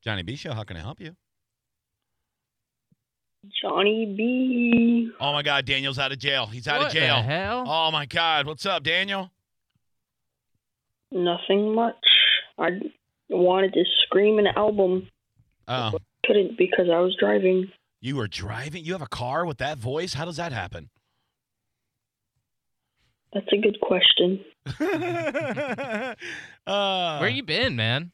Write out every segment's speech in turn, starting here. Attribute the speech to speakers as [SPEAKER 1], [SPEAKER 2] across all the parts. [SPEAKER 1] Johnny B Show, how can I help you?
[SPEAKER 2] Johnny B.
[SPEAKER 1] Oh my God, Daniel's out of jail. He's out
[SPEAKER 3] what
[SPEAKER 1] of jail.
[SPEAKER 3] The hell?
[SPEAKER 1] Oh my God, what's up, Daniel?
[SPEAKER 2] Nothing much. I wanted to scream an album.
[SPEAKER 1] Oh,
[SPEAKER 2] Couldn't because I was driving.
[SPEAKER 1] you were driving. You have a car with that voice. How does that happen?
[SPEAKER 2] That's a good question.
[SPEAKER 1] uh,
[SPEAKER 3] Where you been, man?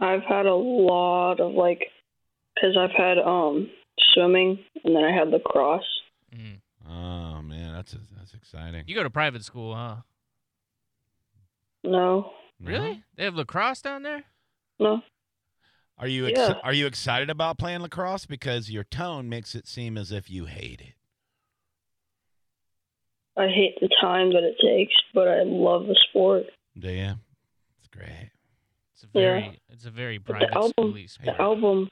[SPEAKER 2] I've had a lot of like, because I've had um swimming and then I had lacrosse.
[SPEAKER 3] Mm.
[SPEAKER 1] Oh man, that's that's exciting.
[SPEAKER 3] You go to private school, huh?
[SPEAKER 2] No,
[SPEAKER 1] No?
[SPEAKER 3] Really? They have lacrosse down there?
[SPEAKER 2] no.
[SPEAKER 1] Are you ex-
[SPEAKER 2] Yeah.
[SPEAKER 1] are you excited about playing lacrosse? Because your tone makes it seem as if you hate it.
[SPEAKER 2] I hate the time that it takes, but I love the sport.
[SPEAKER 1] Do you? It's great.
[SPEAKER 3] It's a
[SPEAKER 2] Yeah.
[SPEAKER 3] very, it's a very
[SPEAKER 2] the
[SPEAKER 3] private
[SPEAKER 2] album-
[SPEAKER 3] school sport.
[SPEAKER 2] The album.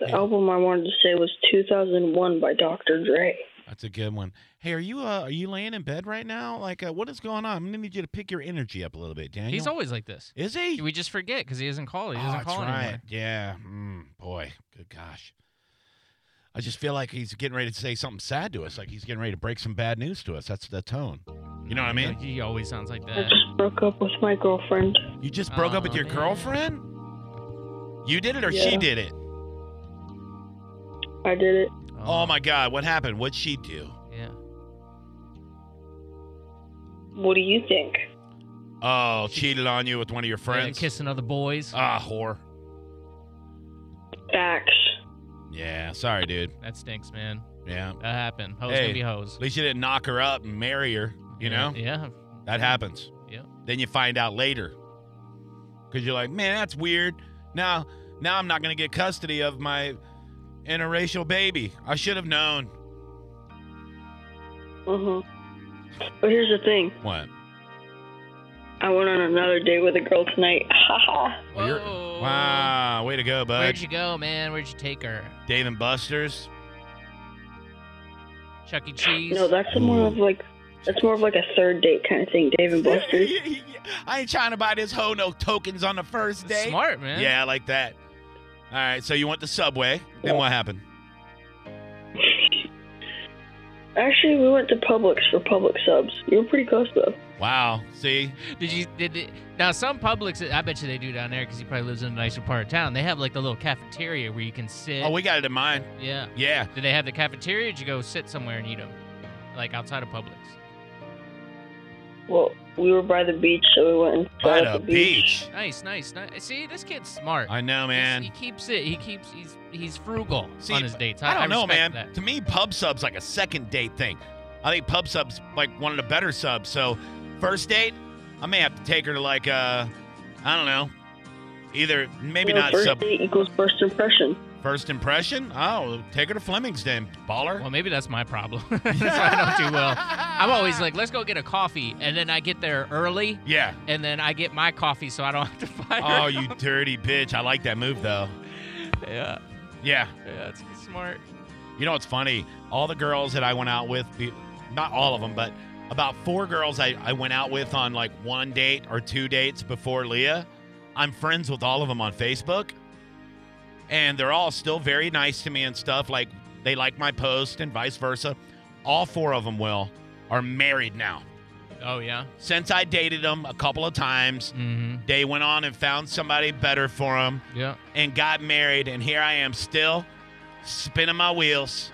[SPEAKER 2] The
[SPEAKER 1] Hey.
[SPEAKER 2] album I wanted to say was 2001 by Dr. Dre.
[SPEAKER 1] That's a good one. Hey, are you uh, are you laying in bed right now? Like, uh, what is going on? I'm gonna need you to pick your energy up a little bit, Daniel.
[SPEAKER 3] He's always like this.
[SPEAKER 1] is he?
[SPEAKER 3] We just forget because he doesn't call. He
[SPEAKER 1] oh,
[SPEAKER 3] doesn't
[SPEAKER 1] that's
[SPEAKER 3] call
[SPEAKER 1] right.
[SPEAKER 3] anymore.
[SPEAKER 1] Yeah. Mm, boy, good gosh. I just feel like he's getting ready to say something sad to us. Like he's getting ready to break some bad news to us. That's the tone. You know what I mean?
[SPEAKER 3] He always sounds like
[SPEAKER 2] I
[SPEAKER 3] that.
[SPEAKER 2] just broke up with my girlfriend.
[SPEAKER 1] You just broke up with
[SPEAKER 3] Aw,
[SPEAKER 1] your
[SPEAKER 3] Mm-hmm. Oh, man.
[SPEAKER 1] girlfriend? You did it or she
[SPEAKER 2] Yeah.
[SPEAKER 1] did it?
[SPEAKER 2] I did it.
[SPEAKER 1] Oh my God, what happened? What'd she do?
[SPEAKER 3] Oh, Yeah.
[SPEAKER 2] What do you think?
[SPEAKER 1] Oh, cheated on you with one of your friends?
[SPEAKER 3] Yeah, kissing other boys.
[SPEAKER 1] Ah, whore.
[SPEAKER 2] Facts.
[SPEAKER 1] Yeah, sorry, dude.
[SPEAKER 3] that stinks, man.
[SPEAKER 1] Yeah.
[SPEAKER 3] That happened. Hoes
[SPEAKER 1] Hey,
[SPEAKER 3] gonna be hoes.
[SPEAKER 1] At least you didn't knock her up and marry her, you
[SPEAKER 3] Yeah,
[SPEAKER 1] know?
[SPEAKER 3] Yeah.
[SPEAKER 1] That happens.
[SPEAKER 3] Yeah.
[SPEAKER 1] Then you find out later. Because you're like, man, that's weird. Now, now I'm not going to get custody of my interracial baby. I should have known.
[SPEAKER 2] Mhm. But here's the thing.
[SPEAKER 1] What?
[SPEAKER 2] I went on another date with a girl tonight. Haha.
[SPEAKER 1] Well, you're-
[SPEAKER 3] Whoa.
[SPEAKER 1] Wow, way to go, bud.
[SPEAKER 3] Where'd you go, man? Where'd you take her?
[SPEAKER 1] Dave and Buster's.
[SPEAKER 3] Chuck E. Cheese.
[SPEAKER 2] no, that's more of like that's more of like a third date kind of thing. Dave and Buster's.
[SPEAKER 1] I ain't trying to buy this ho no tokens on the first
[SPEAKER 3] That's
[SPEAKER 1] day.
[SPEAKER 3] smart, man.
[SPEAKER 1] Yeah, I like that. All right, so you went to Subway. Then
[SPEAKER 2] Yeah.
[SPEAKER 1] what happened?
[SPEAKER 2] Actually, we went to Publix for Publix subs. You were pretty close though.
[SPEAKER 1] Wow. See?
[SPEAKER 3] Did you did it, now? Some Publix, I bet you they do down there because he probably lives in a nicer part of town. They have like a little cafeteria where you can sit.
[SPEAKER 1] Oh, we got it in mind.
[SPEAKER 3] yeah.
[SPEAKER 1] Yeah.
[SPEAKER 3] Did they have the cafeteria? Or did you go sit somewhere and eat them, like outside of Publix?
[SPEAKER 2] Well, we were by the beach, so we went and sat
[SPEAKER 1] By
[SPEAKER 2] at
[SPEAKER 1] the
[SPEAKER 2] the
[SPEAKER 1] beach.
[SPEAKER 3] Nice, nice, nice. See, this kid's smart.
[SPEAKER 1] I know, man.
[SPEAKER 3] He's- he keeps it. He keeps. He's he's frugal
[SPEAKER 1] See,
[SPEAKER 3] on his dates.
[SPEAKER 1] I don't know, man.
[SPEAKER 3] respect that.
[SPEAKER 1] To me, pub subs like a second date thing. I think pub subs like one of the better subs. So, first date, I may have to take her to like uh, I don't know, either maybe
[SPEAKER 2] You know,
[SPEAKER 1] not
[SPEAKER 2] first
[SPEAKER 1] sub
[SPEAKER 2] date equals first impression.
[SPEAKER 1] first impression. Oh, take her to Fleming's then, baller.
[SPEAKER 3] Well, maybe that's my problem. that's why I don't do well. I'm always like, let's go get a coffee, and then I get there early,
[SPEAKER 1] Yeah.
[SPEAKER 3] and then I get my coffee, so I don't have to fight.
[SPEAKER 1] Oh, you dirty bitch. I like that move though.
[SPEAKER 3] yeah,
[SPEAKER 1] Yeah.
[SPEAKER 3] yeah, that's smart.
[SPEAKER 1] You know what's funny? All the girls that I went out with, be- not all of them, but about four girls I, I went out with on like one date or two dates before Leah. I'm friends with all of them on Facebook. And they're all still very nice to me and stuff. Like they like my post and vice versa. All four of them, Will, are married now.
[SPEAKER 3] Oh yeah.
[SPEAKER 1] Since I dated them a couple of times,
[SPEAKER 3] Mm-hmm.
[SPEAKER 1] they went on and found somebody better for them
[SPEAKER 3] Yeah.
[SPEAKER 1] and got married. And here I am still spinning my wheels.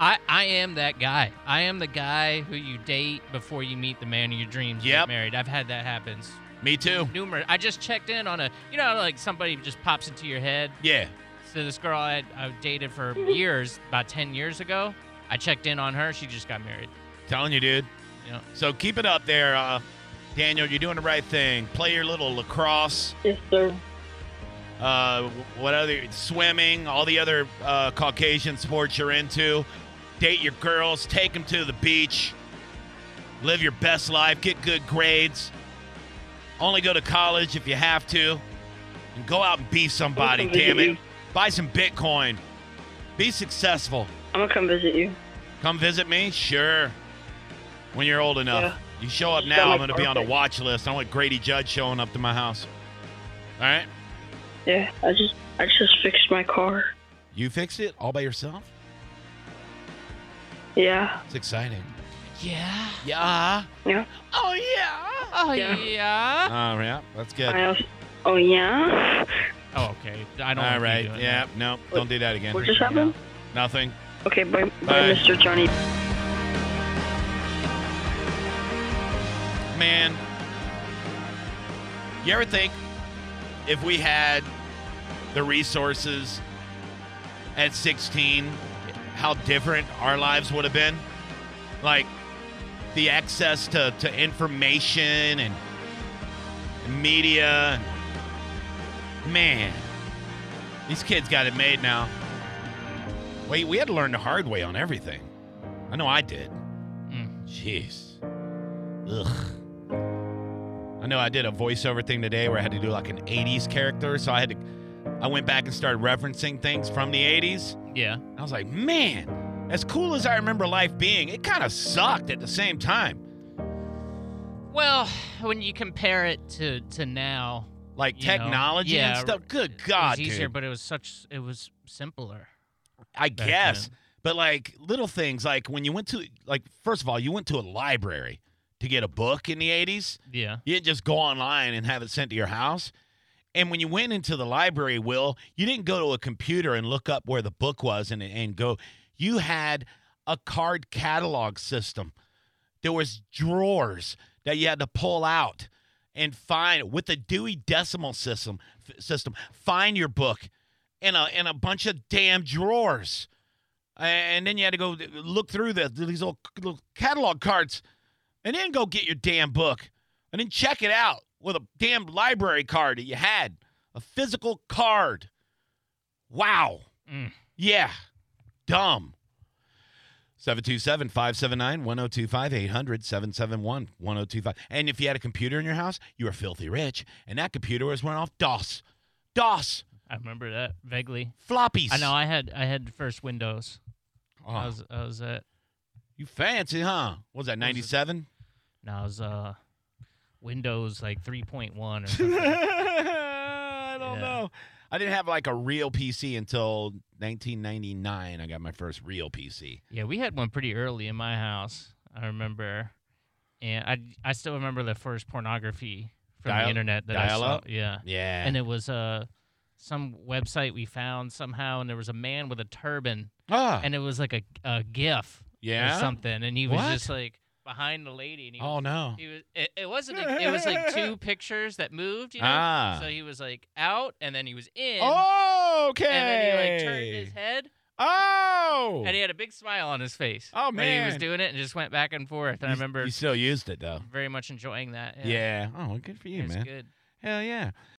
[SPEAKER 3] I, I am that guy. I am the guy who you date before you meet the man of your dreams. and
[SPEAKER 1] Yep.
[SPEAKER 3] Get married. I've had that happen. s-
[SPEAKER 1] Me too.
[SPEAKER 3] Numerous. I just checked in on a, you know, like somebody just pops into your head.
[SPEAKER 1] Yeah.
[SPEAKER 3] So this girl I, I dated for years, about 10 years ago, I checked in on her. She just got married.
[SPEAKER 1] Telling you, dude.
[SPEAKER 3] Yeah.
[SPEAKER 1] So keep it up there, uh, Daniel. You're doing the right thing. Play your little lacrosse,
[SPEAKER 2] Yes, sir.
[SPEAKER 1] uh, what other swimming, all the other uh, Caucasian sports you're into. Date your girls. Take them to the beach. Live your best life. Get good grades. Only go to college if you have to. And go out and be somebody,
[SPEAKER 2] I'll come
[SPEAKER 1] damn
[SPEAKER 2] visit
[SPEAKER 1] it.
[SPEAKER 2] you.
[SPEAKER 1] Buy some Bitcoin. Be successful.
[SPEAKER 2] I'm gonna come visit you.
[SPEAKER 1] Come visit me? Sure. When you're old enough.
[SPEAKER 2] Yeah.
[SPEAKER 1] You show up
[SPEAKER 2] Sound
[SPEAKER 1] now, I'm
[SPEAKER 2] like
[SPEAKER 1] going to be on a
[SPEAKER 2] perfect.
[SPEAKER 1] watch list. I want Grady Judd showing up to my house. All right.
[SPEAKER 2] Yeah, I just I just fixed my car.
[SPEAKER 1] You fixed it all by yourself?
[SPEAKER 2] Yeah.
[SPEAKER 1] It's exciting.
[SPEAKER 3] Yeah.
[SPEAKER 1] Yeah.
[SPEAKER 2] Yeah.
[SPEAKER 1] Oh, yeah.
[SPEAKER 3] Oh
[SPEAKER 1] Oh,
[SPEAKER 2] Yeah.
[SPEAKER 3] yeah.
[SPEAKER 1] yeah. That's good.
[SPEAKER 2] I also, oh yeah.
[SPEAKER 3] Oh okay. I
[SPEAKER 1] All
[SPEAKER 3] don't. wanna keep
[SPEAKER 1] right.
[SPEAKER 3] doing
[SPEAKER 1] Yeah. No, don't do that again.
[SPEAKER 2] What just happened?
[SPEAKER 1] Nothing.
[SPEAKER 2] Okay, bye,
[SPEAKER 1] Bye.
[SPEAKER 2] bye, Mr. Johnny.
[SPEAKER 1] Man, you ever think if we had the resources at 16, how different our lives would have been? Like the access to, to information and media. Man, these kids got it made now. Wait, we had to learn the hard way on everything. I know I did.
[SPEAKER 3] Mm.
[SPEAKER 1] Jeez. Ugh. I know I did a voiceover thing today where I had to do like an 80s character, so I had to I went back and started referencing things from the 80s.
[SPEAKER 3] Yeah.
[SPEAKER 1] I was like, "Man, as cool as I remember life being, it kind of sucked at the same time."
[SPEAKER 3] Well, when you compare it to to now,
[SPEAKER 1] Like
[SPEAKER 3] You know,
[SPEAKER 1] technology and
[SPEAKER 3] yeah,
[SPEAKER 1] stuff. Good
[SPEAKER 3] it
[SPEAKER 1] god,
[SPEAKER 3] was easier,
[SPEAKER 1] dude.
[SPEAKER 3] but it was such it was simpler.
[SPEAKER 1] I
[SPEAKER 3] back
[SPEAKER 1] guess.
[SPEAKER 3] then.
[SPEAKER 1] But like little things like when you went to like first of all, you went to a library to get a book in the 80s.
[SPEAKER 3] Yeah.
[SPEAKER 1] You didn't just go online and have it sent to your house. And when you went into the library, Will, you didn't go to a computer and look up where the book was and, and go. You had a card catalog system. There was drawers that you had to pull out and find with the Dewey Decimal System. f- System, find your book in a in a bunch of damn drawers, and then you had to go look through the these little, little catalog cards, and then go get your damn book and then check it out with a damn library card that you had, a physical card. Wow.
[SPEAKER 3] Mm.
[SPEAKER 1] Yeah. Dumb. 727 579 1025 800 771 1025. And if you had a computer in your house, you were filthy rich. And that computer was run off DOS. DOS.
[SPEAKER 3] I remember that vaguely.
[SPEAKER 1] Floppies.
[SPEAKER 3] I know. I had I had first Windows.
[SPEAKER 1] Oh,
[SPEAKER 3] I was I was at
[SPEAKER 1] you fancy, huh? What was that, 97?
[SPEAKER 3] no, I was uh Windows like 3.1 or something.
[SPEAKER 1] I don't
[SPEAKER 3] Yeah.
[SPEAKER 1] know. I didn't have like a real PC until 1999. I got my first real PC.
[SPEAKER 3] yeah, we had one pretty early in my house. I remember, and I I still remember the first pornography from
[SPEAKER 1] Dial-
[SPEAKER 3] the internet that I saw.
[SPEAKER 1] dial-up?
[SPEAKER 3] Yeah,
[SPEAKER 1] Yeah.
[SPEAKER 3] and it was uh some website we found somehow, and there was a man with a turban,
[SPEAKER 1] ah,
[SPEAKER 3] and it was like a a GIF
[SPEAKER 1] yeah.
[SPEAKER 3] or something, and he was
[SPEAKER 1] What?
[SPEAKER 3] just like behind the lady, and he
[SPEAKER 1] Oh no.
[SPEAKER 3] He was. It, it wasn't. A, it was like two pictures that moved. You know.
[SPEAKER 1] Ah.
[SPEAKER 3] So he was like out, and then he was in.
[SPEAKER 1] Oh, okay.
[SPEAKER 3] And then he like turned his head,
[SPEAKER 1] Oh.
[SPEAKER 3] and he had a big smile on his face.
[SPEAKER 1] Oh,
[SPEAKER 3] when he was
[SPEAKER 1] man.
[SPEAKER 3] doing it and just went back and forth. And I
[SPEAKER 1] You-
[SPEAKER 3] remember
[SPEAKER 1] You still used it though.
[SPEAKER 3] very much enjoying that.
[SPEAKER 1] Yeah. Oh, well, good for you,
[SPEAKER 3] It was
[SPEAKER 1] man.
[SPEAKER 3] good.
[SPEAKER 1] Hell yeah.